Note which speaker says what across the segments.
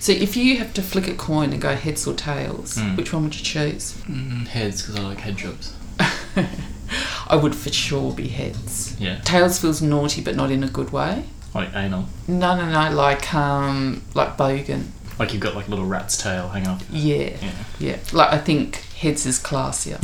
Speaker 1: So if you have to flick a coin and go heads or tails,
Speaker 2: Mm.
Speaker 1: which one would you choose?
Speaker 2: Mm, heads, because I like head jobs.
Speaker 1: I would for sure be heads.
Speaker 2: Yeah.
Speaker 1: Tails feels naughty, but not in a good way.
Speaker 2: Like anal.
Speaker 1: No, no, no. Like um, like bogan.
Speaker 2: Like you've got like a little rat's tail hanging off. your-
Speaker 1: Yeah,
Speaker 2: Yeah.
Speaker 1: yeah. Like I think heads is classier.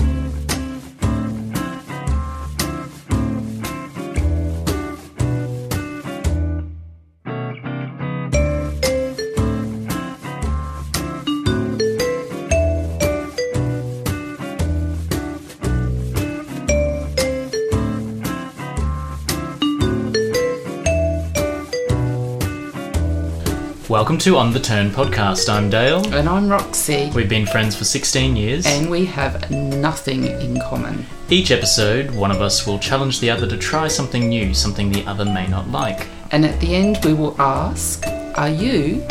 Speaker 2: Welcome to On the Turn podcast. I'm Dale.
Speaker 1: And I'm Roxy,
Speaker 2: We've been friends for 16 years.
Speaker 1: and we have nothing in common.
Speaker 2: Each episode, one of us will challenge the other to try something new, something the other may not like.
Speaker 1: And at the end, we will ask, Are you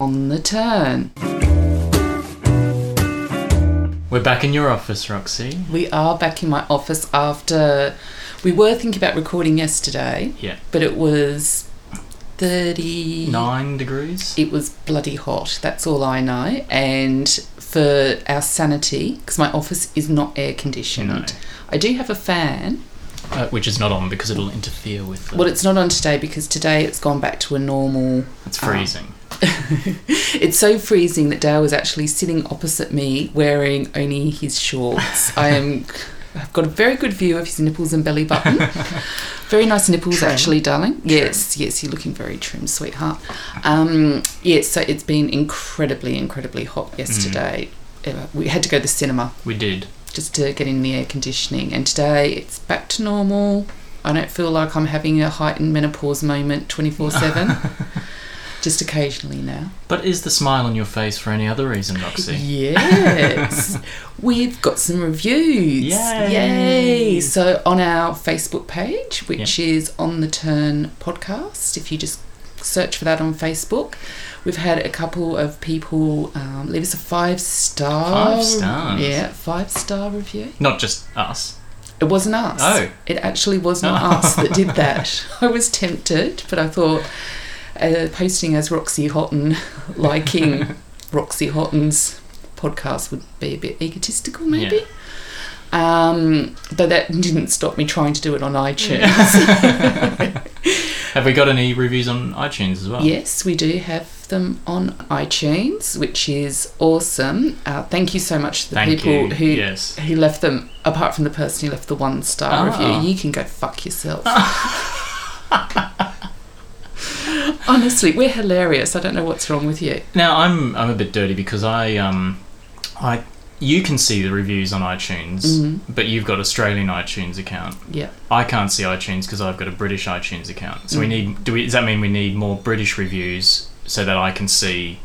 Speaker 1: on the turn?
Speaker 2: We're back in your office, Roxy.
Speaker 1: We are back in my office after we were thinking about recording yesterday,
Speaker 2: Yeah.
Speaker 1: but it was 30.
Speaker 2: Nine degrees?
Speaker 1: It was bloody hot, that's all I know. And for our sanity, because my office is not air conditioned,
Speaker 2: No.
Speaker 1: I do have a fan.
Speaker 2: Uh, which is not on because it'll interfere with the.
Speaker 1: Well, it's not on today because today it's gone back to a normal
Speaker 2: It's freezing.
Speaker 1: It's so freezing that Dale was actually sitting opposite me wearing only his shorts. I am. I've got a very good view of his nipples and belly button. Very nice nipples,
Speaker 2: Trim.
Speaker 1: actually, darling. Yes, yes, you're looking very trim, sweetheart. Um, yes, so it's been incredibly, incredibly hot
Speaker 2: Mm.
Speaker 1: yesterday. Uh, We had to go to the cinema
Speaker 2: We did.
Speaker 1: just to get in the air conditioning, and today it's back to normal. I don't feel like I'm having a heightened menopause moment 24 7, just occasionally now.
Speaker 2: But is the smile on your face for any other reason, Roxy?
Speaker 1: Yes. We've got some reviews.
Speaker 2: Yay.
Speaker 1: Yay. So on our Facebook page, which is On the Turn Podcast, if you just search for that on Facebook, we've had a couple of people um, leave us a five star.
Speaker 2: Five stars.
Speaker 1: Yeah, five star review.
Speaker 2: Not just us.
Speaker 1: It wasn't us.
Speaker 2: Oh.
Speaker 1: It actually was not us that did that. I was tempted, but I thought uh, posting as Roxy Houghton, liking Roxy Houghton's podcast would be a bit egotistical, maybe. Um, but that didn't stop me trying to do it on iTunes.
Speaker 2: Have we got any reviews on iTunes as well?
Speaker 1: Yes, we do have them on iTunes, which is awesome. Uh, thank you so much to the
Speaker 2: Thank
Speaker 1: people
Speaker 2: you.
Speaker 1: who
Speaker 2: Yes.
Speaker 1: who left them. Apart from the person who left the one star
Speaker 2: Ah.
Speaker 1: review, you can go fuck yourself. Honestly, we're hilarious. I don't know what's wrong with you.
Speaker 2: Now I'm I'm a bit dirty because I um I you can see the reviews on iTunes, but you've got Australian iTunes account.
Speaker 1: Mm. Yeah. Mm.
Speaker 2: I can't see iTunes because I've got a British iTunes account. So we need do we, does that mean we need more British reviews so that I can see?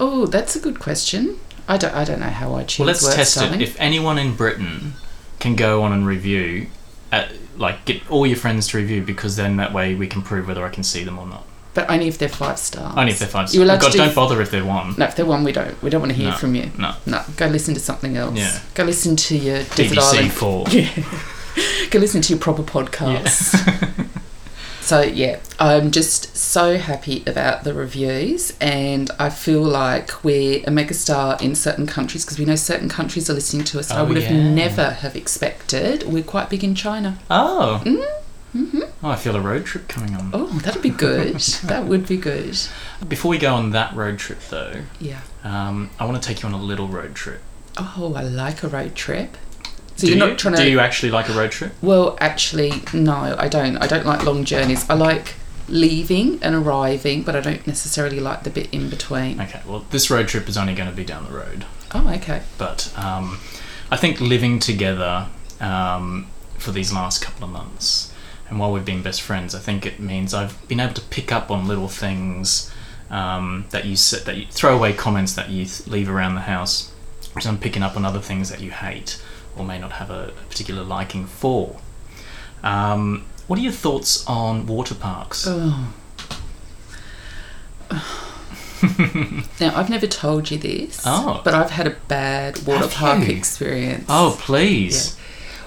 Speaker 1: Oh, that's a good question. I don't. I don't know how iTunes
Speaker 2: Well, let's
Speaker 1: works.
Speaker 2: test
Speaker 1: darling.
Speaker 2: it. If anyone in Britain can go on and review, at, like get all your friends to review because then that way we can prove whether I can see them or not.
Speaker 1: but only if they're five stars.
Speaker 2: Only if they're five.
Speaker 1: Oh, You're allowed
Speaker 2: God,
Speaker 1: to do-
Speaker 2: don't bother if they're one.
Speaker 1: No, if they're one, we don't. We don't want to hear
Speaker 2: No.
Speaker 1: from you.
Speaker 2: No.
Speaker 1: No, go listen to something else.
Speaker 2: Yeah.
Speaker 1: Go listen to your Desert
Speaker 2: BBC
Speaker 1: Island
Speaker 2: four.
Speaker 1: Go listen to your proper podcast. so yeah, I'm just so happy about the reviews, and I feel like we're a megastar in certain countries because we know certain countries are listening to us. that I
Speaker 2: Oh,
Speaker 1: would have
Speaker 2: yeah.
Speaker 1: never have expected. We're quite big in China.
Speaker 2: Oh. Mm-hmm. Oh, I feel a road trip coming on.
Speaker 1: Oh, that'd be good. that would be good.
Speaker 2: Before we go on that road trip, though,
Speaker 1: Yeah.
Speaker 2: um, I want to take you on a little road trip.
Speaker 1: Oh, I like a road trip. So
Speaker 2: do
Speaker 1: you're
Speaker 2: you?
Speaker 1: not trying to.
Speaker 2: Do you actually like a road trip?
Speaker 1: Well, actually, no, I don't. I don't like long journeys. I like leaving and arriving, but I don't necessarily like the bit in between.
Speaker 2: Okay. Well, this road trip is only going to be down the road,
Speaker 1: Oh, okay.
Speaker 2: but um, I think living together um, for these last couple of months, and while we've been best friends, I think it means I've been able to pick up on little things um, that you s that you throw away comments that you th- leave around the house. So I'm picking up on other things that you hate or may not have a particular liking for. Um, what are your thoughts on water parks?
Speaker 1: Oh. now, I've never told you this,
Speaker 2: Oh.
Speaker 1: but I've had a bad water
Speaker 2: Have
Speaker 1: park
Speaker 2: you?
Speaker 1: experience.
Speaker 2: Oh, please.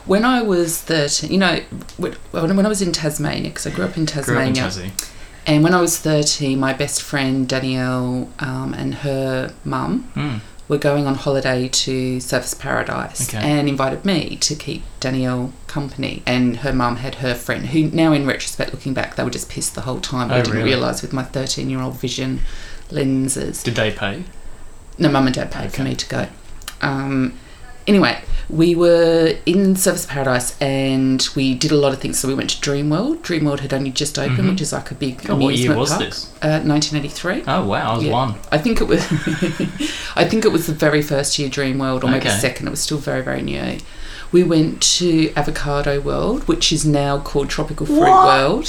Speaker 1: When I was 13, you know, when when I was in Tasmania, because I grew up in
Speaker 2: Grew up in
Speaker 1: Tasmania,
Speaker 2: Tassie.
Speaker 1: And when I was 30, my best friend Danielle um, and her mum
Speaker 2: Mm.
Speaker 1: were going on holiday to Surface Paradise
Speaker 2: Okay.
Speaker 1: and invited me to keep Danielle company. And her mum had her friend, who now, in retrospect, looking back, they were just pissed the whole time. but
Speaker 2: Oh,
Speaker 1: I didn't
Speaker 2: really?
Speaker 1: realise with my 13 year old vision lenses.
Speaker 2: Did they pay?
Speaker 1: No, mum and dad paid for
Speaker 2: Okay.
Speaker 1: me to go. Um, anyway, we were in Surface Paradise and we did a lot of things. So we went to Dreamworld. Dreamworld had only just opened,
Speaker 2: Mhm.
Speaker 1: which is like a big
Speaker 2: Oh,
Speaker 1: amusement
Speaker 2: what year was
Speaker 1: park.
Speaker 2: this?
Speaker 1: Uh, 1983.
Speaker 2: Oh wow, I was
Speaker 1: Yeah.
Speaker 2: one.
Speaker 1: I think it was. I think it was the very first year Dreamworld, or maybe
Speaker 2: Okay.
Speaker 1: second. It was still very very new. We went to Avocado World, which is now called Tropical Fruit
Speaker 2: What?
Speaker 1: World.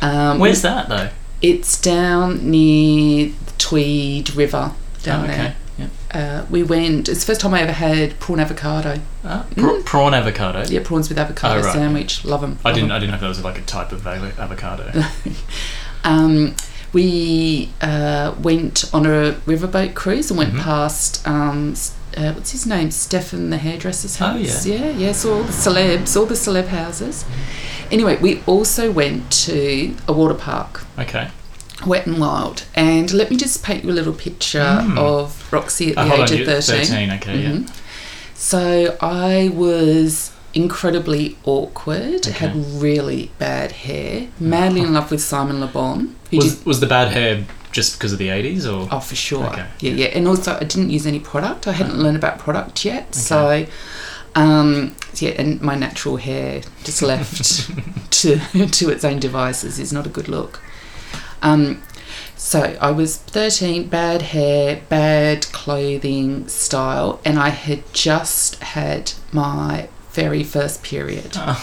Speaker 1: Um,
Speaker 2: Where's that though?
Speaker 1: It's down near the Tweed River down
Speaker 2: oh, okay. Yeah.
Speaker 1: there. Uh, we went. It's the first time I ever had prawn avocado.
Speaker 2: Ah, pra-
Speaker 1: Mm.
Speaker 2: Prawn avocado.
Speaker 1: Yeah, prawns with avocado
Speaker 2: Oh, right.
Speaker 1: sandwich. Love them.
Speaker 2: I didn't. I didn't know if that was like a type of avo- avocado.
Speaker 1: Um, we uh, went on a riverboat cruise and went
Speaker 2: Mhm.
Speaker 1: past um, s- uh, what's his name, Stefan the hairdresser's
Speaker 2: Oh,
Speaker 1: house. yeah, yeah, so all the celebs, all the celeb houses. Anyway, we also went to a water park,
Speaker 2: Okay.
Speaker 1: Wet and Wild, and let me just paint you a little picture
Speaker 2: Mm.
Speaker 1: of Roxy at
Speaker 2: Oh,
Speaker 1: the
Speaker 2: hold
Speaker 1: age of
Speaker 2: on. you-
Speaker 1: thirteen.
Speaker 2: Okay. Yeah.
Speaker 1: Mhm. So I was incredibly awkward.
Speaker 2: Okay. Oh.
Speaker 1: Had really bad hair. Madly in love with Simon Le Bon, who did
Speaker 2: Was was the bad hair just because of the eighties or?
Speaker 1: Oh, for sure.
Speaker 2: Okay.
Speaker 1: Yeah, yeah. And also, I didn't use any product. I hadn't learned about product yet. So, um, yeah, and my natural hair just left to to its own devices is not a good look. Um, so I was 13, bad hair, bad clothing style, and I had just had my very first period.
Speaker 2: Oh,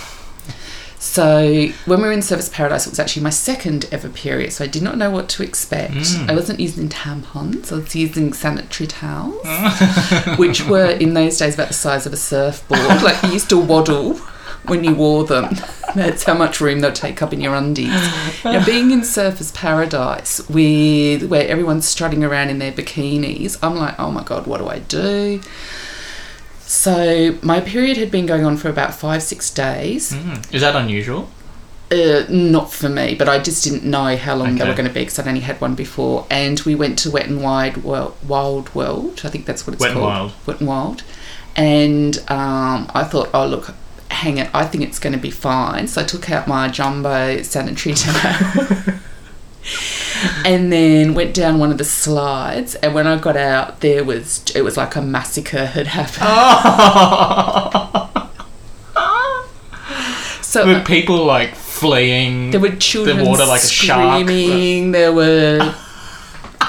Speaker 1: So when we were in Service Paradise, it was actually my second ever period, so I did not know what to expect.
Speaker 2: Mm.
Speaker 1: I wasn't using tampons; I was using sanitary towels, which were in those days about the size of a surfboard. like you used to waddle when you wore them. That's how much room they'll take up in your undies. Now, being in Surfers Paradise, with where everyone's strutting around in their bikinis, I'm like, oh my god, what do I do? So my period had been going on for about five, six days.
Speaker 2: Mm. Is that unusual?
Speaker 1: Uh, not for me, but I just didn't know how long they
Speaker 2: Okay.
Speaker 1: were going to be because I'd only had one before. And we went to Wet and Wide World, Wild World, I think that's what it's
Speaker 2: Wet and
Speaker 1: called.
Speaker 2: Wild.
Speaker 1: Wet and Wild. And um, I thought, oh, look, hang it, I think it's going to be fine. So I took out my jumbo sanitary towel. And then went down one of the slides, and when I got out, there was it was like a massacre had happened. Uh.
Speaker 2: Oh.
Speaker 1: So
Speaker 2: Were people like fleeing?
Speaker 1: There were children
Speaker 2: The water like a shark.
Speaker 1: screaming. There were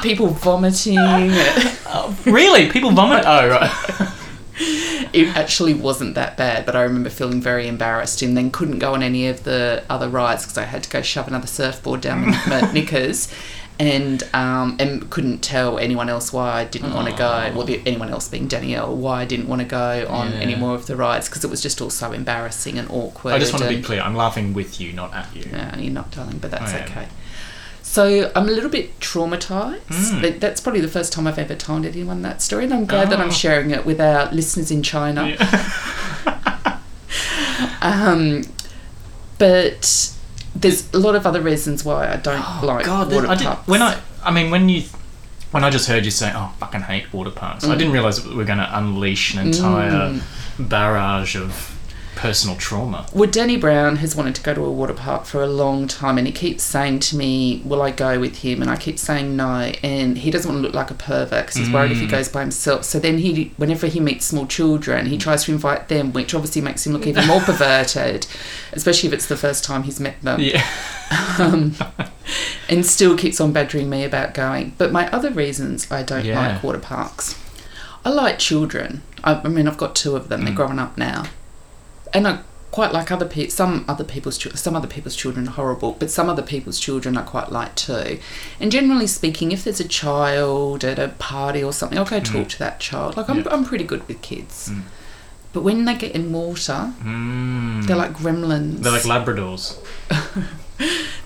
Speaker 1: people vomiting. it
Speaker 2: Uh, Really? People vomit? Oh, right.
Speaker 1: actually wasn't that bad, but I remember feeling very embarrassed and then couldn't go on any of the other rides because I had to go shove another surfboard down my knickers. And um, and couldn't tell anyone else why I didn't want to go, well, the, anyone else being Danielle, why I didn't want to go on
Speaker 2: Yeah.
Speaker 1: any more of the rides because it was just all so embarrassing and awkward.
Speaker 2: I just want to be
Speaker 1: and-
Speaker 2: clear. I'm laughing with you, not at you.
Speaker 1: No, you're not, darling, but that's
Speaker 2: I am.
Speaker 1: okay. So I'm a little bit traumatized.
Speaker 2: Mm.
Speaker 1: But that's probably the first time I've ever told anyone that story, and I'm glad that I'm
Speaker 2: Oh.
Speaker 1: sharing it with our listeners in China. Um, but there's a lot of other reasons why I don't
Speaker 2: Oh
Speaker 1: like
Speaker 2: God,
Speaker 1: water
Speaker 2: I did,
Speaker 1: parks.
Speaker 2: when I, I mean, when you, Mm. when I just heard you say, "Oh, fucking hate water parks," I didn't realize we were going to unleash an entire barrage of personal trauma.
Speaker 1: Well, Danny Brown has wanted to go to a water park for a long time, and he keeps saying to me, "Will I go with him?" And I keep saying no. And he doesn't want to look like a pervert because he's worried if
Speaker 2: Mm.
Speaker 1: he goes by himself. So then he, whenever he meets small children, he tries to invite them, which obviously makes him look even more perverted, especially if it's the first time he's met them.
Speaker 2: Yeah.
Speaker 1: Um, and still keeps on badgering me about going. But my other reasons I don't
Speaker 2: Yeah.
Speaker 1: like water parks, I like children. I, I mean, I've got two of them. They're
Speaker 2: Mm.
Speaker 1: growing up now, and I quite like other people. Some other people's chil- some other people's children are horrible, but some other people's children I quite like too. And generally speaking, if there's a child at a party or something, I'll go talk to that child. Like I'm,
Speaker 2: Mm. Yeah.
Speaker 1: I'm pretty good with kids,
Speaker 2: Mm.
Speaker 1: but when they get in water,
Speaker 2: Mm.
Speaker 1: they're like gremlins.
Speaker 2: They're like Labradors.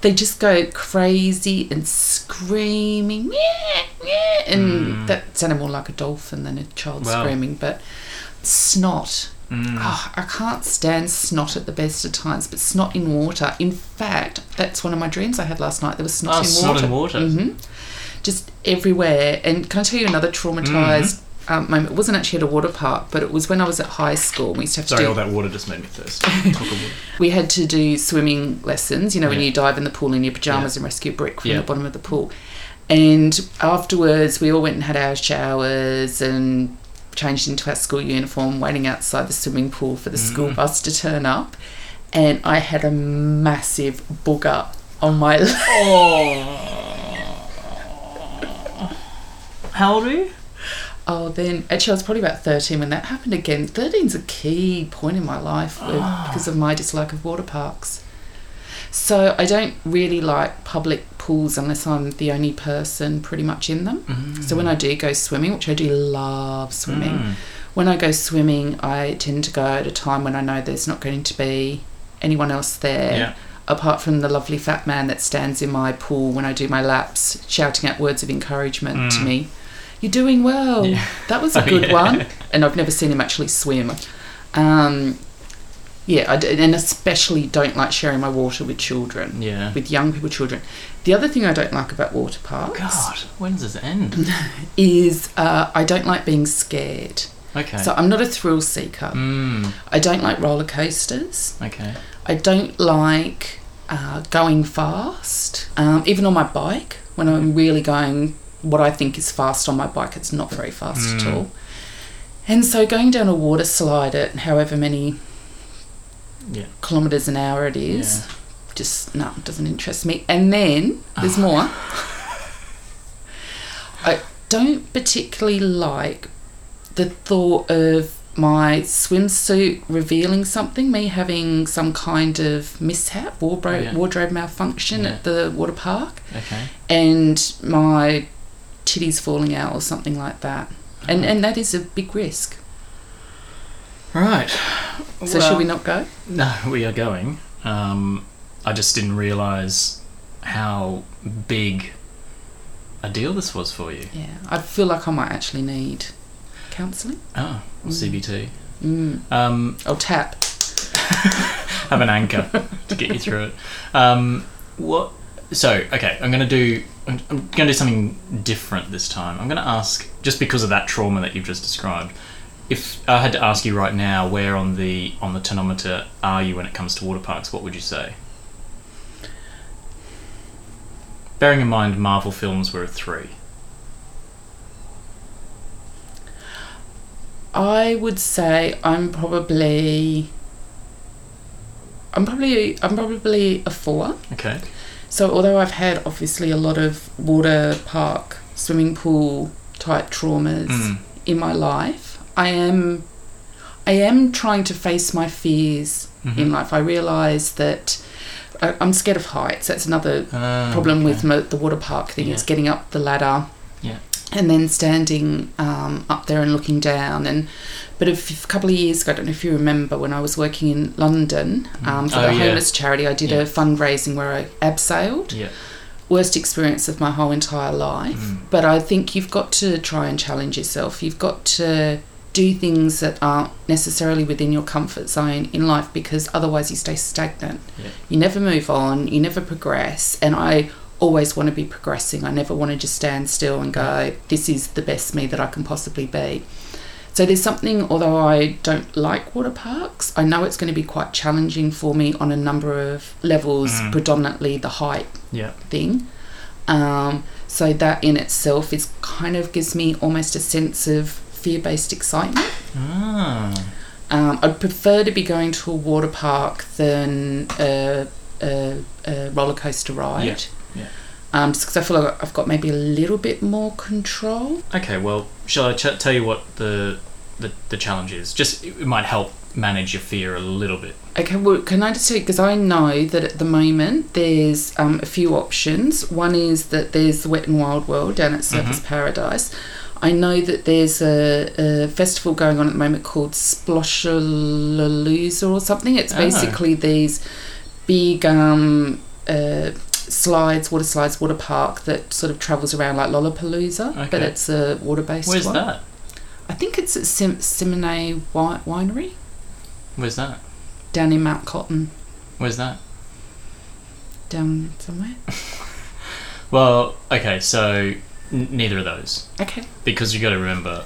Speaker 1: they just go crazy and screaming, "Meow, meow," and
Speaker 2: Mm.
Speaker 1: that sounded more like a dolphin than a child
Speaker 2: Wow.
Speaker 1: screaming. But snot,
Speaker 2: Mm. Hmm. Ah,
Speaker 1: Oh, I can't stand snot at the best of times, but snot in water. In fact, that's one of my dreams I had last night. There was snot
Speaker 2: Oh,
Speaker 1: in water.
Speaker 2: snot in water.
Speaker 1: hmm Just everywhere. And can I tell you another traumatized
Speaker 2: Mm-hmm.
Speaker 1: um, moment? It wasn't actually at a water park, but it was when I was at high school. We used to have to
Speaker 2: Sorry,
Speaker 1: do
Speaker 2: all that water just made me thirsty. Talk of water.
Speaker 1: we had to do swimming lessons, you know, when
Speaker 2: Yeah.
Speaker 1: you dive in the pool in your pajamas
Speaker 2: Yeah.
Speaker 1: and rescue brick from
Speaker 2: Yeah.
Speaker 1: the bottom of the pool. And afterwards, we all went and had our showers and changed into our school uniform, waiting outside the swimming pool for the school
Speaker 2: Mm.
Speaker 1: bus to turn up. And I had a massive booger on my leg.
Speaker 2: Oh. How old are you?
Speaker 1: Oh, then actually, I was probably about 13 when that happened again. 13's a key point in my life with,
Speaker 2: Ah.
Speaker 1: because of my dislike of water parks. So I don't really like public pools unless I'm the only person pretty much in them.
Speaker 2: Mm.
Speaker 1: So when I do go swimming, which I do love swimming,
Speaker 2: Mm.
Speaker 1: when I go swimming, I tend to go at a time when I know there's not going to be anyone else there
Speaker 2: Yeah.
Speaker 1: apart from the lovely fat man that stands in my pool when I do my laps, shouting out words of encouragement to
Speaker 2: Mm.
Speaker 1: me. You're doing well.
Speaker 2: Yeah.
Speaker 1: That was a
Speaker 2: Oh,
Speaker 1: good
Speaker 2: yeah.
Speaker 1: one. And I've never seen him actually swim. Um, yeah, I d- and especially don't like sharing my water with children,
Speaker 2: Yeah.
Speaker 1: with young people, children. The other thing I don't like about water parks
Speaker 2: God, when does this end?
Speaker 1: is uh, I don't like being scared.
Speaker 2: Okay.
Speaker 1: So I'm not a thrill seeker.
Speaker 2: mm,
Speaker 1: I don't like roller coasters.
Speaker 2: okay.
Speaker 1: I don't like uh, going fast, um, even on my bike. When I'm really going what I think is fast on my bike, it's not very fast at
Speaker 2: Mm.
Speaker 1: all. And so going down a water slide at however many
Speaker 2: Yeah.
Speaker 1: kilometres an hour it is, just no, it doesn't interest me. And then there's more.
Speaker 2: Ah.
Speaker 1: I don't particularly like the thought of my swimsuit revealing something, me having some kind of mishap, wardrobe,
Speaker 2: Yeah.
Speaker 1: wardrobe malfunction
Speaker 2: Yeah.
Speaker 1: at the water park,
Speaker 2: Okay.
Speaker 1: and my titties falling out or something like that.
Speaker 2: Uh-huh.
Speaker 1: And, and that is a big risk.
Speaker 2: Right.
Speaker 1: So,
Speaker 2: Well-
Speaker 1: should we not go?
Speaker 2: No, we are going. Um, I just didn't realise how big a deal this was for you.
Speaker 1: Yeah, I feel like I might actually need counselling.
Speaker 2: Oh, well, CBT.
Speaker 1: Mm.
Speaker 2: Um,
Speaker 1: Or tap.
Speaker 2: have an anchor to get you through it. Um, what? So, okay, I'm gonna do. I'm, I'm gonna do something different this time. I'm gonna ask, just because of that trauma that you've just described. If I had to ask you right now, where on the on the tonometer are you when it comes to water parks? What would you say? Bearing in mind, Marvel films were a three.
Speaker 1: I would say I'm probably. I'm probably I'm probably a four.
Speaker 2: Okay.
Speaker 1: So although I've had obviously a lot of water park, swimming pool type traumas
Speaker 2: Mm.
Speaker 1: in my life, I am I am trying to face my fears in life. I realise that I, I'm scared of heights. That's another
Speaker 2: Uh,
Speaker 1: problem
Speaker 2: okay.
Speaker 1: with mo- the water park thing is
Speaker 2: Yeah.
Speaker 1: getting up the ladder
Speaker 2: Yeah.
Speaker 1: and then standing um, up there and looking down and but a f- couple of years ago i don't know if you remember when i was working in london um, for
Speaker 2: Oh,
Speaker 1: the
Speaker 2: yeah.
Speaker 1: homeless charity i did
Speaker 2: Yeah.
Speaker 1: a fundraising where i abseiled
Speaker 2: Yeah.
Speaker 1: worst experience of my whole entire life
Speaker 2: Mm.
Speaker 1: but i think you've got to try and challenge yourself you've got to do things that aren't necessarily within your comfort zone in life because otherwise you stay stagnant
Speaker 2: Yeah.
Speaker 1: you never move on, you never progress. And I always want to be progressing. I never want to just stand still and go, this is the best me that I can possibly be. So there's something, although I don't like water parks, I know it's going to be quite challenging for me on a number of levels,
Speaker 2: Mm.
Speaker 1: predominantly the height
Speaker 2: Yeah.
Speaker 1: thing. Um, so that in itself is kind of gives me almost a sense of fear based excitement.
Speaker 2: Ah.
Speaker 1: Um, I'd prefer to be going to a water park than a, a, a roller coaster ride.
Speaker 2: yeah.
Speaker 1: Um, just because I feel like I've got maybe a little bit more control.
Speaker 2: Okay, well, shall I ch- tell you what the, the the challenge is? Just it might help manage your fear a little bit.
Speaker 1: Okay, well, can I just tell you? Because I know that at the moment there's um, a few options. One is that there's the Wet and Wild World down at Surface
Speaker 2: Mm-hmm.
Speaker 1: Paradise. I know that there's a, a festival going on at the moment called Sploshaloolooza or something. It's
Speaker 2: Oh.
Speaker 1: basically these big um, uh, slides, water slides, water park that sort of travels around like Lollapalooza, but
Speaker 2: Okay.
Speaker 1: it's a water based
Speaker 2: Where's
Speaker 1: one.
Speaker 2: that?
Speaker 1: I think it's at Sim- Simone Wi- Winery.
Speaker 2: Where's that?
Speaker 1: down in Mount Cotton,
Speaker 2: Where's that?
Speaker 1: down somewhere.
Speaker 2: Well, okay, so n- neither of those.
Speaker 1: Okay.
Speaker 2: Because you got to remember,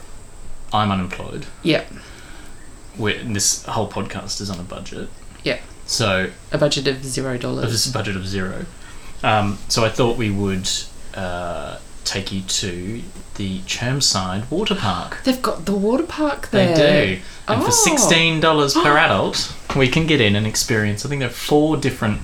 Speaker 2: I'm unemployed.
Speaker 1: Yep.
Speaker 2: We're, this whole podcast is on a budget.
Speaker 1: Yep.
Speaker 2: So
Speaker 1: A budget of zero
Speaker 2: of
Speaker 1: dollars.
Speaker 2: this budget of zero. Um, so I thought we would uh, take you to the Chermside Water Park.
Speaker 1: They've got the water park
Speaker 2: They
Speaker 1: there.
Speaker 2: do. And
Speaker 1: Oh.
Speaker 2: for sixteen dollars per adult, we can get in and experience. I think there are four different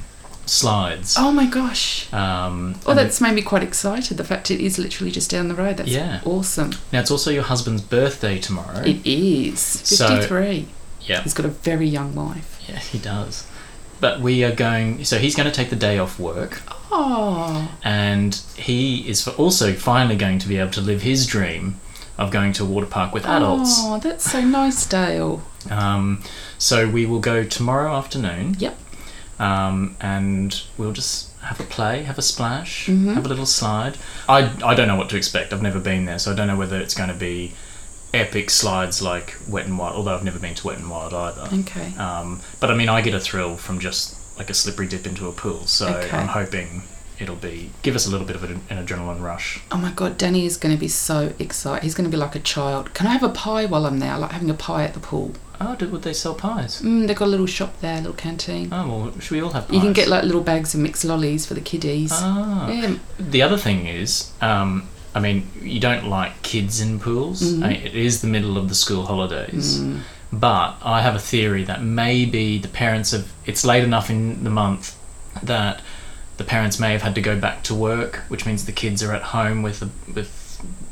Speaker 2: slides.
Speaker 1: Oh my gosh.
Speaker 2: Um,
Speaker 1: Well,
Speaker 2: and-
Speaker 1: that's made me quite excited. The fact it is literally just down the road. That's
Speaker 2: Yeah.
Speaker 1: awesome.
Speaker 2: now it's also your husband's birthday tomorrow.
Speaker 1: It is.
Speaker 2: So-
Speaker 1: 53.
Speaker 2: yeah,
Speaker 1: He's got a very young wife.
Speaker 2: yeah, he does. But we are going. So he's going to take the day off work,
Speaker 1: Oh.
Speaker 2: and he is also finally going to be able to live his dream of going to a water park with adults.
Speaker 1: Oh, that's so nice, Dale.
Speaker 2: Um, so we will go tomorrow afternoon.
Speaker 1: Yep.
Speaker 2: Um, and we'll just have a play, have a splash,
Speaker 1: Mhm.
Speaker 2: have a little slide. I, I don't know what to expect. I've never been there, so I don't know whether it's going to be epic slides like Wet and Wild, although I've never been to Wet and Wild either.
Speaker 1: Okay.
Speaker 2: Um, but I mean, I get a thrill from just like a slippery dip into a pool, so
Speaker 1: Okay.
Speaker 2: I'm hoping it'll be give us a little bit of an, an adrenaline rush.
Speaker 1: Oh my god, Danny is going to be so excited. He's going to be like a child. Can I have a pie while I'm there? I Like having a pie at the pool.
Speaker 2: Oh, did, would they sell pies?
Speaker 1: Mm, they've got a little shop there, a little canteen.
Speaker 2: Oh, well, should we all have pies?
Speaker 1: You can get like little bags of mixed lollies for the kiddies.
Speaker 2: Ah.
Speaker 1: Yeah.
Speaker 2: The other thing is, um, I mean, you don't like kids in pools.
Speaker 1: Mm-hmm.
Speaker 2: I mean, it is the middle of the school holidays.
Speaker 1: Mm.
Speaker 2: But I have a theory that maybe the parents have, it's late enough in the month that the parents may have had to go back to work, which means the kids are at home with, the, with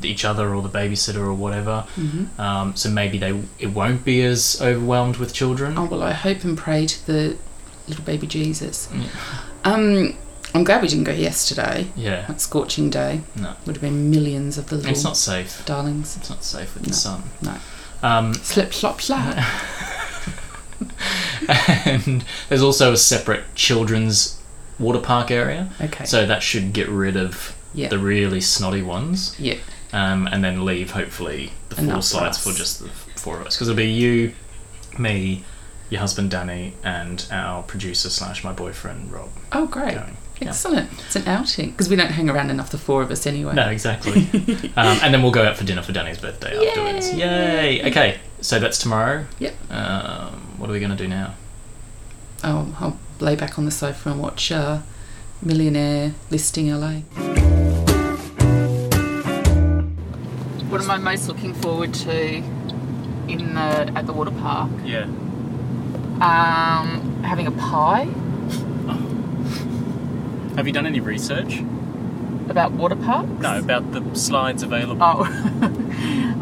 Speaker 2: each other or the babysitter or whatever.
Speaker 1: Mm-hmm.
Speaker 2: Um, so maybe they it won't be as overwhelmed with children.
Speaker 1: Oh well, I hope and pray to the little baby Jesus.
Speaker 2: Yeah.
Speaker 1: Um, I'm glad we didn't go yesterday.
Speaker 2: Yeah,
Speaker 1: That scorching day
Speaker 2: no.
Speaker 1: would have been millions of the little
Speaker 2: It's not safe.
Speaker 1: darlings.
Speaker 2: It's not safe with
Speaker 1: No,
Speaker 2: the sun.
Speaker 1: no.
Speaker 2: Um,
Speaker 1: Slip, slop, slap.
Speaker 2: and there's also a separate children's water park area.
Speaker 1: Okay.
Speaker 2: So that should get rid of
Speaker 1: yeah.
Speaker 2: the really snotty ones
Speaker 1: yeah.
Speaker 2: um, and then leave, hopefully, the four
Speaker 1: Enough for
Speaker 2: slides
Speaker 1: us.
Speaker 2: for just the four of us. Because it'll be you, me, your husband Danny, and our producer slash my boyfriend Rob
Speaker 1: Oh great.
Speaker 2: going. yeah.
Speaker 1: Excellent. It's an outing because we don't hang around enough, the four of us anyway.
Speaker 2: No, exactly. um, and then we'll go out for dinner for Danny's birthday
Speaker 1: Yay!
Speaker 2: afterwards. Yay! Okay, so that's tomorrow.
Speaker 1: Yep.
Speaker 2: Um, what are we going to do now?
Speaker 1: Oh, I'll lay back on the sofa and watch uh, Millionaire Listing LA. What am I most looking forward to in the at the water park?
Speaker 2: Yeah.
Speaker 1: Um, having a pie
Speaker 2: Have you done any research?
Speaker 1: about water parks.
Speaker 2: No, about the slides available.
Speaker 1: Oh.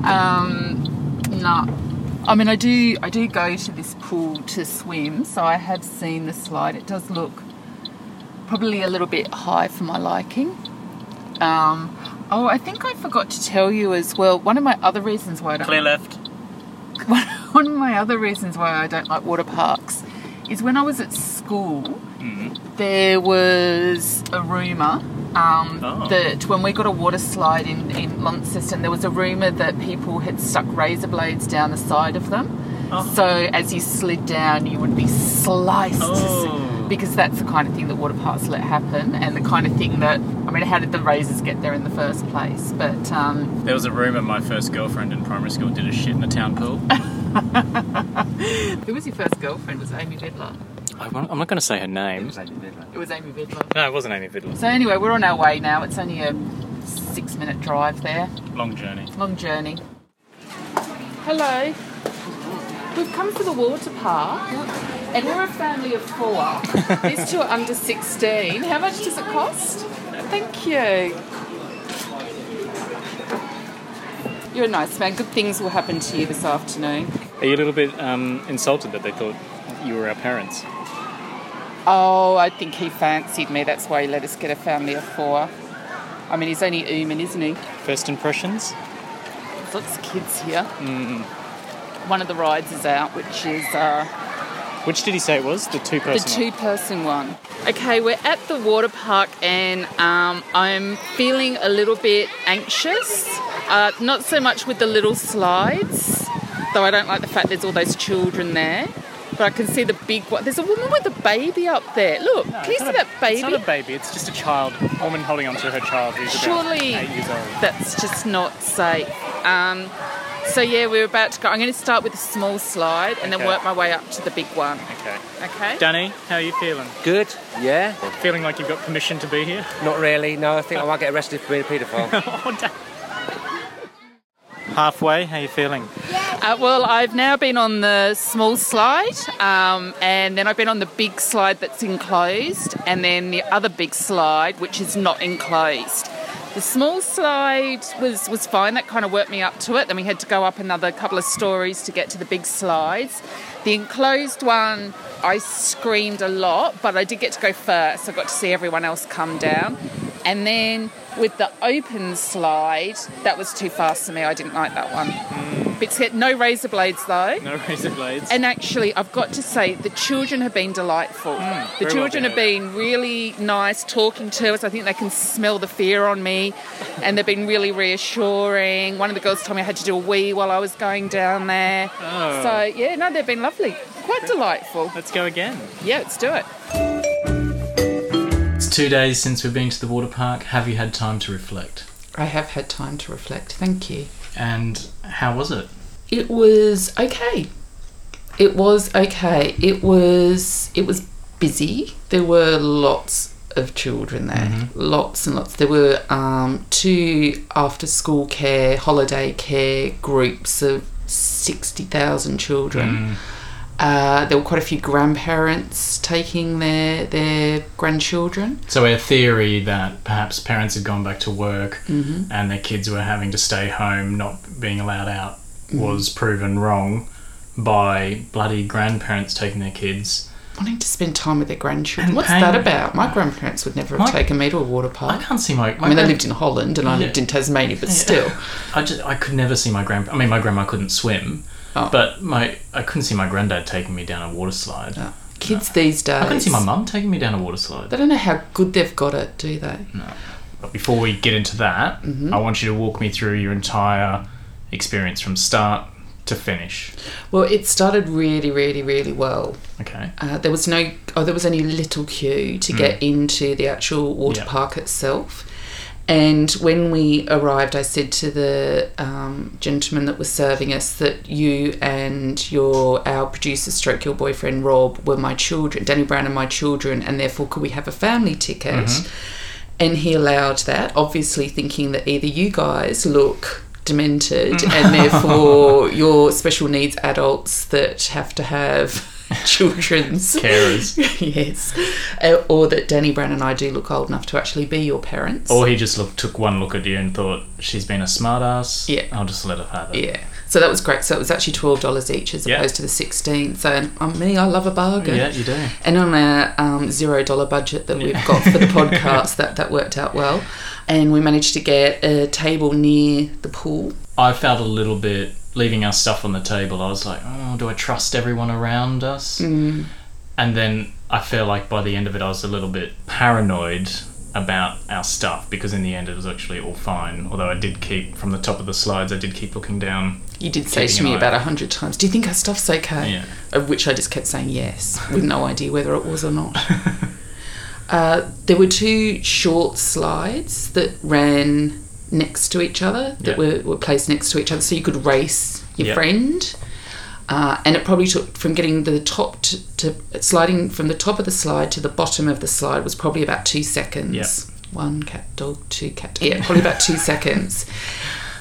Speaker 1: um, no. I mean, I do. I do go to this pool to swim, so I have seen the slide. It does look probably a little bit high for my liking. Um, oh, I think I forgot to tell you as well. One of my other reasons why I don't
Speaker 2: left.
Speaker 1: one one of my other reasons why I don't like water parks is when I was at school, there was a rumour um,
Speaker 2: Oh.
Speaker 1: that when we got a water slide in, in Launceston, there was a rumour that people had stuck razor blades down the side of them.
Speaker 2: Oh.
Speaker 1: So as you slid down, you would be sliced to s-
Speaker 2: Oh.
Speaker 1: because that's the kind of thing that water parks let happen, and the kind of thing that I mean, how did the razors get there in the first place? But um,
Speaker 2: There was a rumour my first girlfriend in primary school did a shit in the town pool.
Speaker 1: who was your first girlfriend? Was it Amy Vidler?
Speaker 2: I'm not going to say her name.
Speaker 1: It was Amy Vidler.
Speaker 2: No, it wasn't Amy Fiddler.
Speaker 1: So anyway, we're on our way now. It's only a six-minute drive there.
Speaker 2: Long journey.
Speaker 1: Long journey. Hello. We've come for the water park, and we're a family of four. These two are under 16. How much does it cost? Thank you. You're a nice man. Good things will happen to you this afternoon.
Speaker 2: Are you a little bit um, insulted that they thought you were our parents?
Speaker 1: Oh, I think he fancied me. That's why he let us get a family of four. I mean, he's only human, isn't he?
Speaker 2: First impressions?
Speaker 1: There's lots of kids here. Mm. One of the rides is out, which is uh,
Speaker 2: Which did he say it was? The two
Speaker 1: the
Speaker 2: person.
Speaker 1: two person one. Okay, we're at the water park and um, I'm feeling a little bit anxious. Uh, not so much with the little slides, though I don't like the fact there's all those children there.
Speaker 3: But I can see the big one. There's a woman with a baby up there. Look,
Speaker 4: No,
Speaker 3: can you
Speaker 4: it's
Speaker 3: see
Speaker 4: not a-
Speaker 3: that
Speaker 4: It's
Speaker 3: baby?
Speaker 4: not a baby. It's just a child. A woman holding onto her child who's
Speaker 3: Surely-
Speaker 4: about eight years old.
Speaker 3: That's just not safe. Um, so yeah, we're about to go. I'm going to start with a small slide and then
Speaker 4: Okay.
Speaker 3: work my way up to the big one.
Speaker 4: Okay.
Speaker 3: Okay.
Speaker 4: Danny, how are you feeling?
Speaker 5: Good, yeah.
Speaker 4: Feeling like you've got permission to be here?
Speaker 5: Not really. No, I think I might get arrested for being a paedophile.
Speaker 4: oh, Dan- Halfway, how are you feeling?
Speaker 3: Uh, well, I've now been on the small slide, um, and then I've been on the big slide that's enclosed, and then the other big slide, which is not enclosed. The small slide was, was fine, that kind of worked me up to it. Then we had to go up another couple of stories to get to the big slides. The enclosed one, I screamed a lot, but I did get to go first. I got to see everyone else come down. And then with the open slide, that was too fast for me. I didn't like that one. Bit scared. No razor blades though.
Speaker 4: No razor blades.
Speaker 3: And actually, I've got to say, the children have been delightful. the
Speaker 4: Hmm, well
Speaker 3: children have
Speaker 4: behaved.
Speaker 3: been really nice talking to us. I think they can smell the fear on me, and they've been really reassuring. One of the girls told me I had to do a wee while I was going down there.
Speaker 4: Oh.
Speaker 3: So, yeah, no, they've been lovely. Quite delightful.
Speaker 4: Let's go again.
Speaker 3: Yeah, let's do it.
Speaker 2: It's two days since we've been to the water park. Have you had time to reflect?
Speaker 1: I have had time to reflect. Thank you.
Speaker 2: And how was it?
Speaker 1: It was okay. It was okay. It was it was busy. There were lots of children there.
Speaker 2: Mm-hmm.
Speaker 1: Lots and lots. There were um, two after school care, holiday care groups of sixty thousand children.
Speaker 2: Mm.
Speaker 1: Uh, there were quite a few grandparents taking their their grandchildren.
Speaker 2: So our theory that perhaps parents had gone back to work
Speaker 1: Mm-hmm.
Speaker 2: and their kids were having to stay home, not being allowed out, was proven wrong by bloody grandparents taking their kids.
Speaker 1: Wanting to spend time with their grandchildren.
Speaker 2: And
Speaker 1: What's
Speaker 2: paying-
Speaker 1: that about? My grandparents would never have
Speaker 2: My-
Speaker 1: taken me to a water
Speaker 2: I
Speaker 1: park.
Speaker 2: can't see my.
Speaker 1: I
Speaker 2: my
Speaker 1: mean, they
Speaker 2: gran-
Speaker 1: lived in Holland and I
Speaker 2: Yeah.
Speaker 1: lived in Tasmania, but still.
Speaker 2: I just I could never see my grand. I mean, my grandma couldn't swim,
Speaker 1: Oh.
Speaker 2: but my I couldn't see my granddad taking me down a water slide.
Speaker 1: Oh. Kids these days.
Speaker 2: I couldn't see my mum taking me down a water slide.
Speaker 1: They don't know how good they've got it, do they?
Speaker 2: But before we get into that,
Speaker 1: Mm-hmm.
Speaker 2: I want you to walk me through your entire experience from start to finish.
Speaker 1: Well, it started really, really, really well.
Speaker 2: Okay.
Speaker 1: Uh, there was no, oh, there was only a little queue to get into the actual water
Speaker 2: Mm. Yeah.
Speaker 1: park itself. And when we arrived, I said to the um, gentleman that was serving us that you and your our producer, stroke your boyfriend Rob, were my children, Danny Brown and my children, and therefore could we have a family ticket?
Speaker 2: Mm-hmm.
Speaker 1: And he allowed that, obviously thinking that either you guys look demented
Speaker 2: Mm.
Speaker 1: and therefore your special needs adults that have to have children's
Speaker 2: Carers.
Speaker 1: yes. Uh, or that Danny Brown and I do look old enough to actually be your parents.
Speaker 2: Or he just looked, took one look at you and thought, she's been a smartass.
Speaker 1: Yeah.
Speaker 2: I'll just let her have it.
Speaker 1: yeah. So that was great. So it was actually twelve dollars each as
Speaker 2: Yeah.
Speaker 1: opposed to the sixteen. So and I mean, I love a bargain.
Speaker 2: Yeah, you do.
Speaker 1: And on our um, zero dollar budget that we've got for the podcast, that that worked out well. And we managed to get a table near the pool.
Speaker 2: I felt a little bit leaving our stuff on the table. I was like, oh, do I trust everyone around us?
Speaker 1: Mm-hmm.
Speaker 2: Mm. And then I feel like by the end of it, I was a little bit paranoid about our stuff because in the end, it was actually all fine. Although I did keep from the top of the slides, I did keep looking down.
Speaker 1: You did say
Speaker 2: Keeping
Speaker 1: to me
Speaker 2: an eye
Speaker 1: about
Speaker 2: out.
Speaker 1: a hundred times, "Do you think our stuff's okay?"
Speaker 2: Yeah.
Speaker 1: Of which I just kept saying yes, with no idea whether it was or not. uh, there were two short slides that ran next to each other, that
Speaker 2: Yeah.
Speaker 1: were, were placed next to each other, so you could race your
Speaker 2: Yeah.
Speaker 1: friend. Uh, and it probably took from getting the top to, to sliding from the top of the slide to the bottom of the slide was probably about two seconds.
Speaker 2: Yeah.
Speaker 1: One cat dog, two cat. Yeah, probably about two seconds.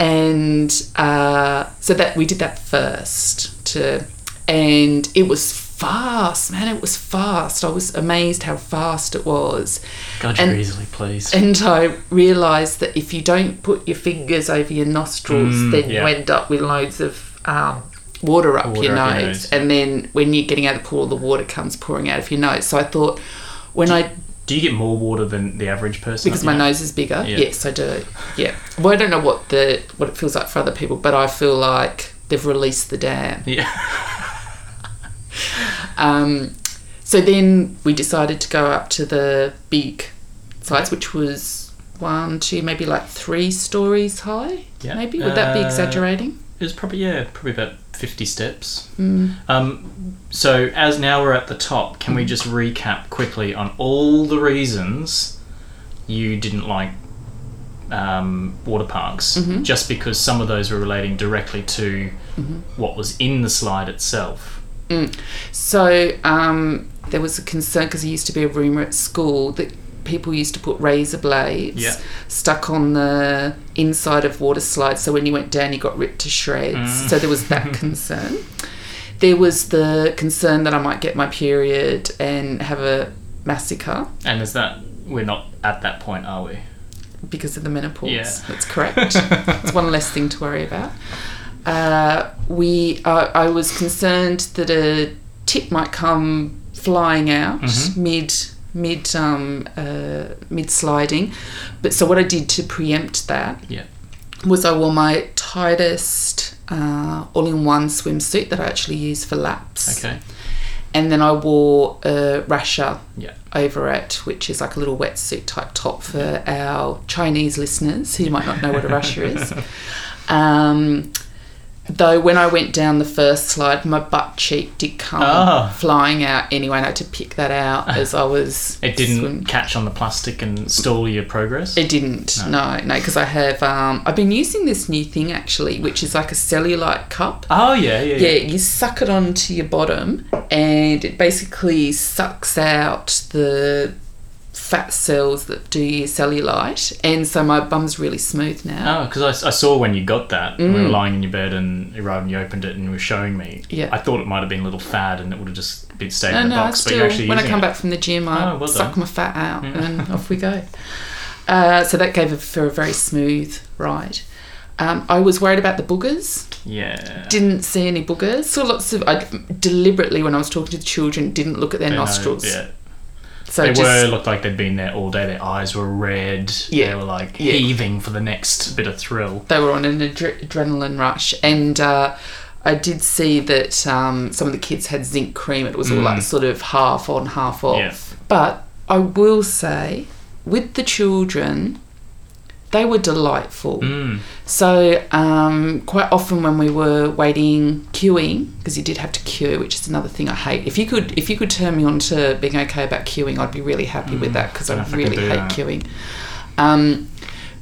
Speaker 1: And uh, so that we did that first to, and it was fast, man. It was fast. I was amazed how fast it was.
Speaker 2: God, you're
Speaker 1: And-
Speaker 2: easily pleased.
Speaker 1: And I realised that if you don't put your fingers over your nostrils,
Speaker 2: Mm,
Speaker 1: then you
Speaker 2: yeah.
Speaker 1: end up with loads of um, water up
Speaker 2: Water
Speaker 1: your
Speaker 2: up
Speaker 1: nose.
Speaker 2: your nose.
Speaker 1: And then when you're getting out of the pool, the water comes pouring out of your nose. So I thought, when I
Speaker 2: do you get more water than the average person?
Speaker 1: because my
Speaker 2: Yeah.
Speaker 1: nose is bigger.
Speaker 2: Yeah.
Speaker 1: Yes, I do. Yeah. Well, I don't know what the what it feels like for other people, but I feel like they've released the dam.
Speaker 2: Yeah.
Speaker 1: Um, so then we decided to go up to the big sides, which was one, two, maybe like three stories high.
Speaker 2: Yeah.
Speaker 1: Maybe would that be
Speaker 2: Uh,
Speaker 1: exaggerating?
Speaker 2: It was probably yeah, probably about 50 steps.
Speaker 1: Mm.
Speaker 2: Um, so, as now we're at the top, can we just recap quickly on all the reasons you didn't like um, water parks?
Speaker 1: Mm-hmm.
Speaker 2: Just because some of those were relating directly to what was in the slide itself.
Speaker 1: So um, there was a concern because there used to be a rumour at school that people used to put razor blades
Speaker 2: Yeah.
Speaker 1: stuck on the inside of water slides. So when you went down, you got ripped to shreds. So there was that concern. There was the concern that I might get my period and have a massacre
Speaker 2: And is that. We're not at that point, are we?
Speaker 1: because of the menopause.
Speaker 2: Yeah.
Speaker 1: That's correct. it's one less thing to worry about. Uh, we, uh, I was concerned that a tip might come flying out
Speaker 2: Mm-hmm.
Speaker 1: mid mid um, uh, mid sliding, but so what I did to preempt that
Speaker 2: Yeah.
Speaker 1: was I wore my tightest uh, all-in-one swimsuit that I actually use for laps,
Speaker 2: Okay.
Speaker 1: and then I wore a rasher
Speaker 2: Yeah.
Speaker 1: over it, which is like a little wetsuit type top for our Chinese listeners who might not know what a rasher is. Um, though when I went down the first slide, my butt cheek did come
Speaker 2: Ah.
Speaker 1: flying out anyway, and I had to pick that out as I was.
Speaker 2: It didn't
Speaker 1: swim-
Speaker 2: catch on the plastic and stall your progress.
Speaker 1: It didn't. No, no, because I have. Um, I've been using this new thing actually, which is like a cellulite cup.
Speaker 2: oh yeah, yeah, yeah.
Speaker 1: Yeah, you suck it onto your bottom, and it basically sucks out the fat cells that do your cellulite. And so my bum's really smooth now.
Speaker 2: Oh, because I, s- I saw when you got that, we were lying in your bed and you arrived and you opened it and you were showing me.
Speaker 1: Mm. Yeah.
Speaker 2: I thought it might have been a little fad Oh, and it would have just been stayed
Speaker 1: No,
Speaker 2: in the
Speaker 1: no,
Speaker 2: box, but
Speaker 1: still,
Speaker 2: you're actually
Speaker 1: when I
Speaker 2: using
Speaker 1: come
Speaker 2: it.
Speaker 1: back from the gym, I
Speaker 2: Oh, well
Speaker 1: suck
Speaker 2: done.
Speaker 1: my fat out, and off we go. Uh, so that gave it for a very smooth ride. Um, I was worried about the boogers.
Speaker 2: Yeah.
Speaker 1: Didn't see any boogers. Saw lots of. I deliberately, when I was talking to the children, didn't look at their
Speaker 2: They know-
Speaker 1: nostrils.
Speaker 2: yeah.
Speaker 1: So
Speaker 2: They
Speaker 1: just,
Speaker 2: were looked like they'd been there all day. Their eyes were red.
Speaker 1: Yeah.
Speaker 2: They were like
Speaker 1: Yeah.
Speaker 2: heaving for the next bit of thrill.
Speaker 1: they were on an adre- adrenaline rush and uh, I did see that um, some of the kids had zinc cream. It was all like sort of half on, half off.
Speaker 2: Mm. Yeah.
Speaker 1: But I will say, with the children, they were delightful.
Speaker 2: Mm.
Speaker 1: So um, quite often when we were waiting, queuing, because you did have to queue, which is another thing I hate. If you could, if you could turn me on to being okay about queuing, I'd be really happy
Speaker 2: Mm.
Speaker 1: with that because I
Speaker 2: if I can
Speaker 1: really
Speaker 2: do
Speaker 1: hate
Speaker 2: that.
Speaker 1: queuing. Um,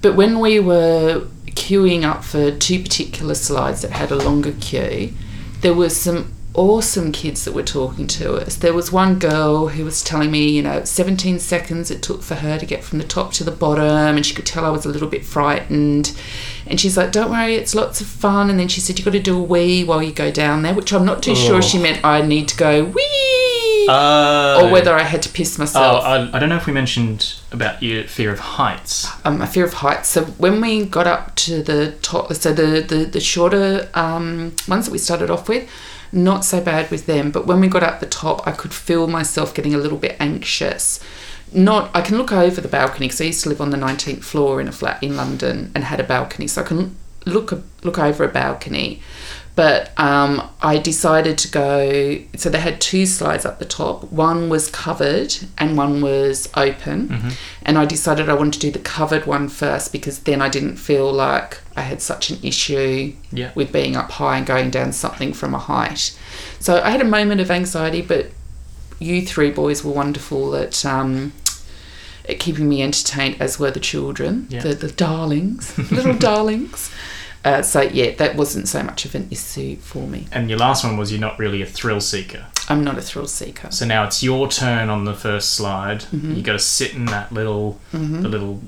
Speaker 1: but when we were queuing up for two particular slides that had a longer queue, there were some awesome kids that were talking to us. There was one girl who was telling me, you know, 17 seconds it took for her to get from the top to the bottom, and she could tell I was a little bit frightened. And she's like, don't worry, it's lots of fun. And then she said, you've got to do a wee while you go down there, which I'm not too sure she meant I need to go wee
Speaker 2: Oh. Uh,
Speaker 1: or whether I had to piss
Speaker 2: Oh,
Speaker 1: myself.
Speaker 2: I, I don't know if we mentioned about your fear of heights.
Speaker 1: um, a fear of heights. So when we got up to the top, so the the, the shorter um, ones that we started off with, not so bad with them. But when we got up the top, I could feel myself getting a little bit anxious. Not, I can look over the balcony because I used to live on the nineteenth floor in a flat in London and had a balcony, so I can look look over a balcony. But um, I decided to go. So they had two slides up the top. One was covered and one was open. And I decided I wanted to do the covered one first because then I didn't feel like I had such an issue
Speaker 2: Yeah.
Speaker 1: with being up high and going down something from a height. So I had a moment of anxiety, but you three boys were wonderful at, um, at keeping me entertained, as were the children,
Speaker 2: Yeah.
Speaker 1: the, the darlings, little darlings. Uh, so yeah, that wasn't so much of an issue for me.
Speaker 2: And your last one was you're not really a thrill seeker.
Speaker 1: I'm not a thrill seeker.
Speaker 2: So now it's your turn on the first slide.
Speaker 1: Mm-hmm.
Speaker 2: You got to sit in that little, the little,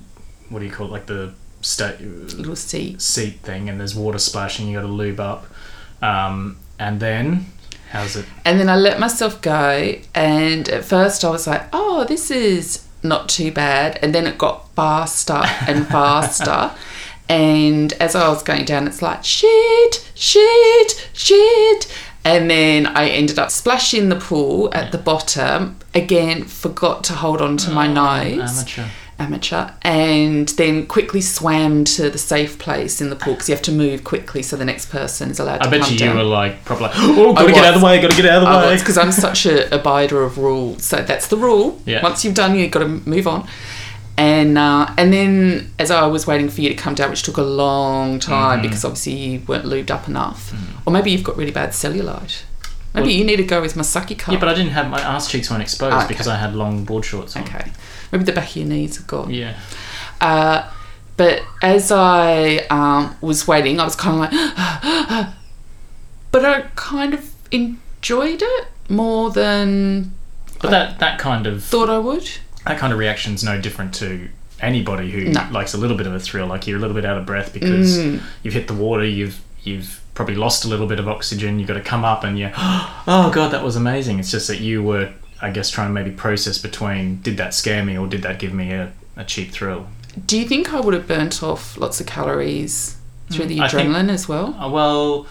Speaker 2: what do you call it, like the sta-
Speaker 1: Little seat.
Speaker 2: seat thing, and there's water splashing. You got to lube up, um, and then how's it?
Speaker 1: And then I let myself go, and at first I was like, "Oh, this is not too bad." And then it got faster and faster. And as I was going down, it's like shit, shit, shit. And then I ended up splashing the pool at the bottom. Again, forgot to hold on to my nose.
Speaker 2: Oh, amateur.
Speaker 1: Amateur. And then quickly swam to the safe place in the pool because you have to move quickly so the next person is allowed to
Speaker 2: I bet
Speaker 1: come
Speaker 2: you
Speaker 1: down
Speaker 2: you were like probably like, oh, gotta get out of
Speaker 1: was.
Speaker 2: the way, gotta get out of the way.
Speaker 1: because I'm such a abider of rules. So that's the rule.
Speaker 2: Yeah.
Speaker 1: Once you've done, you've got to move on. And uh, and then as I was waiting for you to come down, which took a long time
Speaker 2: Mm-hmm.
Speaker 1: because obviously you weren't lubed up enough, or maybe you've got really bad cellulite. Maybe
Speaker 2: Mm. Well-
Speaker 1: you need to go with Masaki cup.
Speaker 2: Yeah, but I didn't have my ass cheeks weren't exposed
Speaker 1: Ah, okay.
Speaker 2: because I had long board shorts on.
Speaker 1: okay, maybe the back of your knees have got.
Speaker 2: Yeah.
Speaker 1: Uh, but as I um, was waiting, I was kind of like, but I kind of enjoyed it more than
Speaker 2: But that that kind of
Speaker 1: thought I would.
Speaker 2: that kind of reaction's no different to anybody who
Speaker 1: No. Mm.
Speaker 2: likes a little bit of a thrill. Like you're a little bit out of breath because you've hit the water, you've you've probably lost a little bit of oxygen, you've got to come up and you oh god, that was amazing. It's just that you were I guess trying to maybe process between did that scare me or did that give me a, a cheap thrill?
Speaker 1: Do you think I would have burnt off lots of calories through the
Speaker 2: Mm, I think-
Speaker 1: adrenaline as well?
Speaker 2: Uh, well,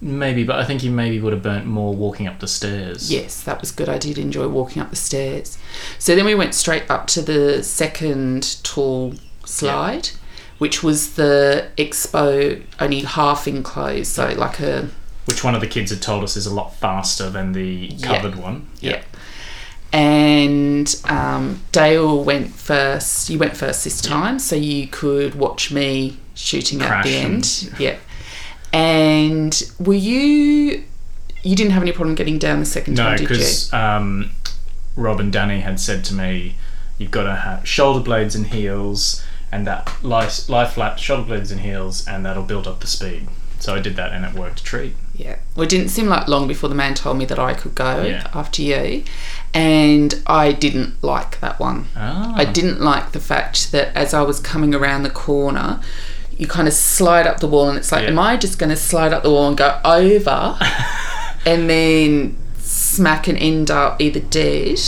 Speaker 2: maybe, but I think you maybe would have burnt more walking up the stairs.
Speaker 1: Yes, that was good. I did enjoy walking up the stairs. So then we went straight up to the second tall slide, which was the expo only half enclosed, so like a
Speaker 2: Which one of the kids had told us is a lot faster than the covered one.
Speaker 1: Yeah. And um, Dale went first. You went first this time, so you could watch me shooting at
Speaker 2: Crash
Speaker 1: the
Speaker 2: and-
Speaker 1: end. Yeah. And were you? You didn't have any problem getting down the second
Speaker 2: No,
Speaker 1: time, did you?
Speaker 2: because um, Rob and Danny had said to me, "You've got to have shoulder blades and heels, and that lie, lie flat, shoulder blades and heels, and that'll build up the speed." So I did that, and it worked a treat.
Speaker 1: Yeah. Well, it didn't seem like long before the man told me that I could go
Speaker 2: Yeah.
Speaker 1: after you, and I didn't like that one.
Speaker 2: Ah,
Speaker 1: I didn't like the fact that as I was coming around the corner, you kind of slide up the wall, and it's like,
Speaker 2: Yeah.
Speaker 1: am I just going to slide up the wall and go over and then smack and end up either dead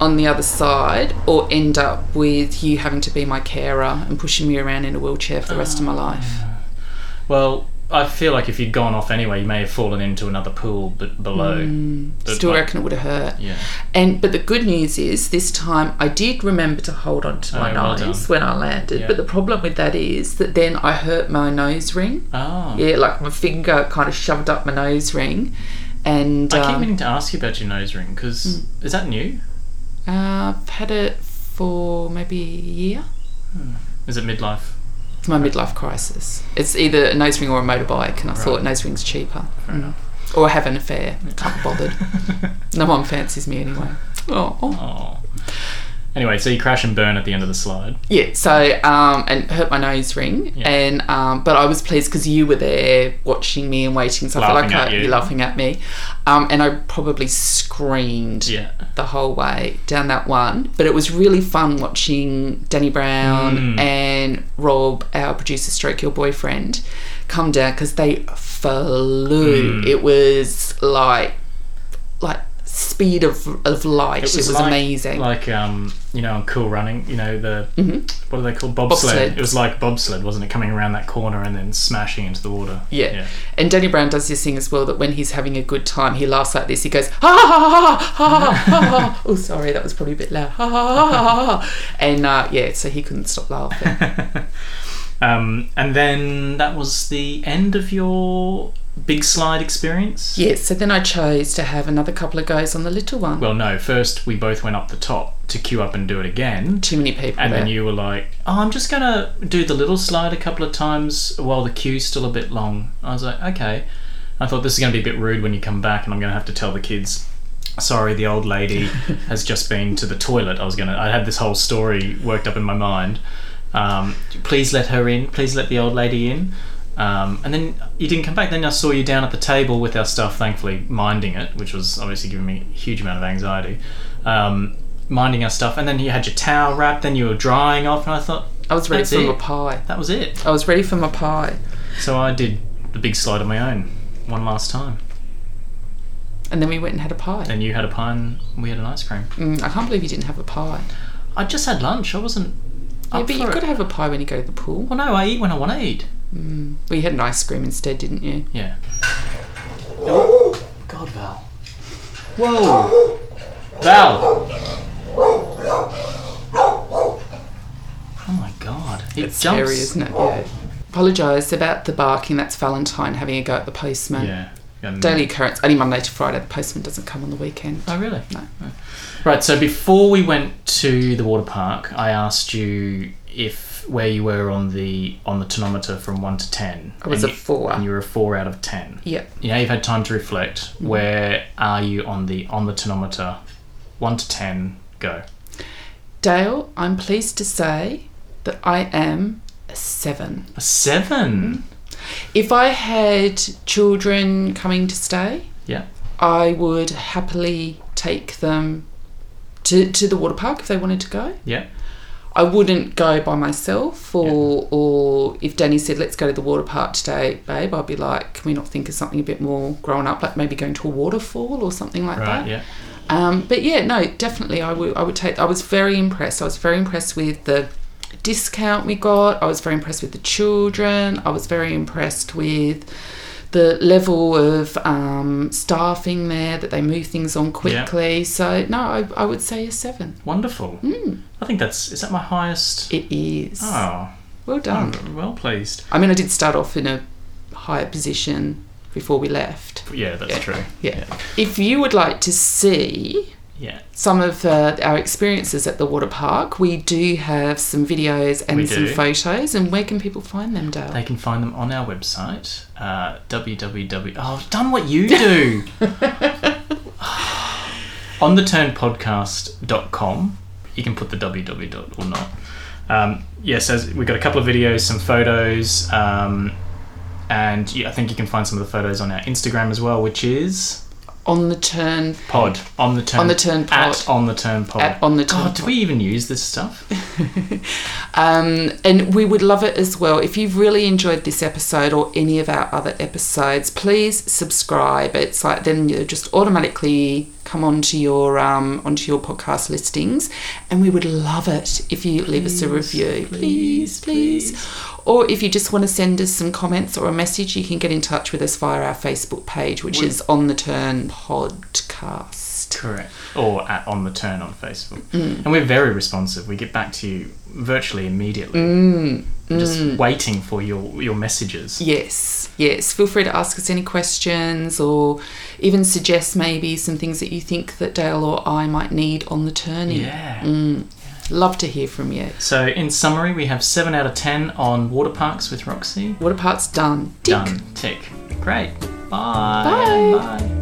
Speaker 1: on the other side or end up with you having to be my carer and pushing me around in a wheelchair for the rest of my
Speaker 2: Ah.
Speaker 1: life?
Speaker 2: Well, I feel like if you'd gone off anyway, you may have fallen into another pool, but below. But
Speaker 1: Hmm. Still
Speaker 2: like-
Speaker 1: reckon it would have hurt.
Speaker 2: Yeah.
Speaker 1: And but the good news is this time I did remember to hold on to my
Speaker 2: Oh, well
Speaker 1: nose when I landed.
Speaker 2: Yeah.
Speaker 1: But the problem with that is that then I hurt my nose ring.
Speaker 2: Oh.
Speaker 1: Yeah, like my finger kind of shoved up my nose ring, and
Speaker 2: I keep
Speaker 1: um, Hmm.
Speaker 2: meaning to ask you about your nose ring because is that new?
Speaker 1: uh, I've had it for maybe a year.
Speaker 2: Is it midlife?
Speaker 1: It's my midlife crisis. It's either a nose ring or a motorbike, and I thought
Speaker 2: Right.
Speaker 1: nose rings cheaper. Mm.
Speaker 2: Fair enough.
Speaker 1: Or have an affair. Can't be bothered. no one fancies me anyway. Oh, oh.
Speaker 2: Oh. Anyway, so you crash and burn at the end of the slide.
Speaker 1: Yeah, so um, and hurt my nose ring,
Speaker 2: Yeah.
Speaker 1: and um, but I was pleased because you were there watching me and waiting, so I felt
Speaker 2: Laughing
Speaker 1: like
Speaker 2: at
Speaker 1: I,
Speaker 2: you.
Speaker 1: you laughing at me, um, and I probably screamed
Speaker 2: Yeah.
Speaker 1: the whole way down that one. But it was really fun watching Danny Brown and Rob, our producer, stroke your boyfriend, come down because they flew. It was like like speed of of light. It was,
Speaker 2: like-
Speaker 1: amazing.
Speaker 2: Like um, you know, on Cool Running, you know the what are they called? Bobsled.
Speaker 1: Mm-hmm. Bobsled.
Speaker 2: It was like bobsled, wasn't it? Coming around that corner and then smashing into the water.
Speaker 1: Yeah. And Danny Brown does this thing as well that when he's having a good time, he laughs like this. He goes, ha ha ha ha ha ha. ha." Oh, sorry, that was probably a bit loud. Ha ha ha ha ha. And uh, yeah, so he couldn't stop laughing.
Speaker 2: Um, and then that was the end of your big slide experience.
Speaker 1: yeah, so then I chose to have another couple of goes on the little one.
Speaker 2: Well, no. First, we both went up the top to queue up and do it again.
Speaker 1: Too many people.
Speaker 2: And
Speaker 1: there.
Speaker 2: then you were like, "Oh, I'm just gonna do the little slide a couple of times while the queue's still a bit long." I was like, "Okay." I thought this is gonna be a bit rude when you come back, and I'm gonna have to tell the kids, "Sorry, the old lady has just been to the toilet." I was gonna, I had this whole story worked up in my mind. Um, please let her in. Please let the old lady in. Um, and then you didn't come back. Then I saw you down at the table with our stuff, thankfully minding it, which was obviously giving me a huge amount of anxiety. Um, minding our stuff, and then you had your towel wrapped. Then you were drying off, and I thought
Speaker 1: I was ready
Speaker 2: that's
Speaker 1: for
Speaker 2: it.
Speaker 1: my pie.
Speaker 2: that was it.
Speaker 1: I was ready for my pie.
Speaker 2: So I did the big slide on my own one last time.
Speaker 1: And then we went and had a pie.
Speaker 2: Then you had a pie, and we had an ice cream.
Speaker 1: Mm, I can't believe you didn't have a pie.
Speaker 2: I just had lunch. I wasn't.
Speaker 1: Yeah,
Speaker 2: up
Speaker 1: but
Speaker 2: for
Speaker 1: you've
Speaker 2: it.
Speaker 1: got to have a pie when you go to the pool.
Speaker 2: Well, no, I eat when I want to eat.
Speaker 1: Well, you had an ice cream instead, didn't you?
Speaker 2: Yeah. God, Val. Whoa. Val. Oh my God. It
Speaker 1: It's
Speaker 2: jumps.
Speaker 1: scary, isn't it? Yeah. Apologise about the barking. That's Valentine having a go at the postman.
Speaker 2: Yeah. Yeah,
Speaker 1: Daily occurrence, only Monday to Friday. The postman doesn't come on the weekend.
Speaker 2: Oh, really?
Speaker 1: No.
Speaker 2: Right. So before we went to the water park, I asked you if where you were on the on the tonometer from one to ten.
Speaker 1: I was
Speaker 2: And
Speaker 1: a
Speaker 2: you-
Speaker 1: four.
Speaker 2: And you were a four out of ten.
Speaker 1: Yep.
Speaker 2: You know, you've had time to reflect.
Speaker 1: Mm-hmm.
Speaker 2: Where are you on the on the tonometer? One to ten. Go.
Speaker 1: Dale, I'm pleased to say that I am a seven.
Speaker 2: A seven.
Speaker 1: Mm-hmm. If I had children coming to stay,
Speaker 2: Yeah.
Speaker 1: I would happily take them to, to the water park if they wanted to go.
Speaker 2: Yeah.
Speaker 1: I wouldn't go by myself, or or if Danny said, "Let's go to the water park today, babe," I'd be like, "Can we not think of something a bit more grown up, like maybe going to a waterfall or something like
Speaker 2: Right.
Speaker 1: that?"
Speaker 2: Yeah.
Speaker 1: Um, but yeah, no, definitely, I would I would take. I was very impressed. I was very impressed with the discount we got. I was very impressed with the children. I was very impressed with the level of um, staffing there that they move things on quickly. So no, I, I would say a seven.
Speaker 2: Wonderful.
Speaker 1: Mm.
Speaker 2: I think that's is that my highest.
Speaker 1: It is.
Speaker 2: Oh,
Speaker 1: Well done.
Speaker 2: I'm well pleased.
Speaker 1: I mean, I did start off in a higher position before we left.
Speaker 2: Yeah, that's true.
Speaker 1: Yeah. If you would like to see
Speaker 2: Yeah.
Speaker 1: some of uh, our experiences at the water park, we do have some videos and
Speaker 2: We
Speaker 1: some
Speaker 2: do.
Speaker 1: photos. And where can people find them, Dale?
Speaker 2: They can find them on our website, uh, www. Oh, I've done what you do! on the turnpodcast.com. You can put the www dot or not. Um, yes, as we've got a couple of videos, some photos, um, and you, I think you can find some of the photos on our Instagram as well, which is
Speaker 1: on the turn.
Speaker 2: pod on the turn
Speaker 1: On the Turn
Speaker 2: at
Speaker 1: Pod.
Speaker 2: on the turn pod
Speaker 1: At on the turn
Speaker 2: God, do
Speaker 1: pod.
Speaker 2: we even use this stuff?
Speaker 1: Um, and we would love it as well. If you've really enjoyed this episode or any of our other episodes, please subscribe. It's like then you just automatically come onto your um, onto your podcast listings, and we would love it if you leave us a review, please, please. Or if you just want to send us some comments or a message, you can get in touch with us via our Facebook page, which is on the turn podcast.
Speaker 2: Correct. Or at On the Turn on Facebook.
Speaker 1: Mm.
Speaker 2: And we're very responsive. We get back to you virtually immediately.
Speaker 1: Mm.
Speaker 2: We're Just waiting for your, your messages.
Speaker 1: Yes, yes. Feel free to ask us any questions or even suggest maybe some things that you think that Dale or I might need on the turning. Mm.
Speaker 2: Yeah.
Speaker 1: Love to hear from you.
Speaker 2: So, in summary, we have 7 out of 10 on water parks with Roxy.
Speaker 1: Water park's done. Tick.
Speaker 2: Done. Tick. Great. Bye.
Speaker 1: Bye.
Speaker 2: Bye.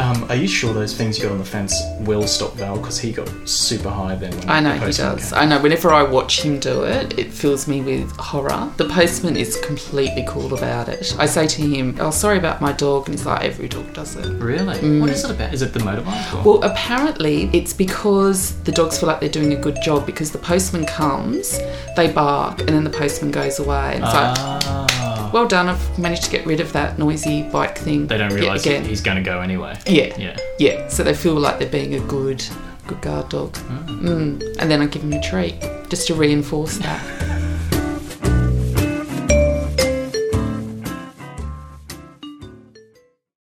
Speaker 2: Um, are you sure those things you got on the fence will stop Val? Because he got super high then. When
Speaker 1: I know
Speaker 2: the
Speaker 1: he
Speaker 2: postman
Speaker 1: does.
Speaker 2: came.
Speaker 1: I know. Whenever I watch him do it, it fills me with horror. The postman is completely cool about it. I say to him, "Oh, sorry about my dog," and he's like, "Every dog does it."
Speaker 2: Really? What is it about? Is it the motorbike? Or?
Speaker 1: Mm. Well, apparently it's because the dogs feel like they're doing a good job because the postman comes, they bark, and then the postman goes away. And it's like,
Speaker 2: Ah.
Speaker 1: well done, I've managed to get rid of that noisy bike thing.
Speaker 2: they don't
Speaker 1: yet
Speaker 2: realise that
Speaker 1: again.
Speaker 2: he's going to go anyway.
Speaker 1: Yeah.
Speaker 2: Yeah.
Speaker 1: Yeah, so they feel like they're being a
Speaker 2: Hmm.
Speaker 1: good, good guard dog. Mm. And then I give him a treat just to reinforce that.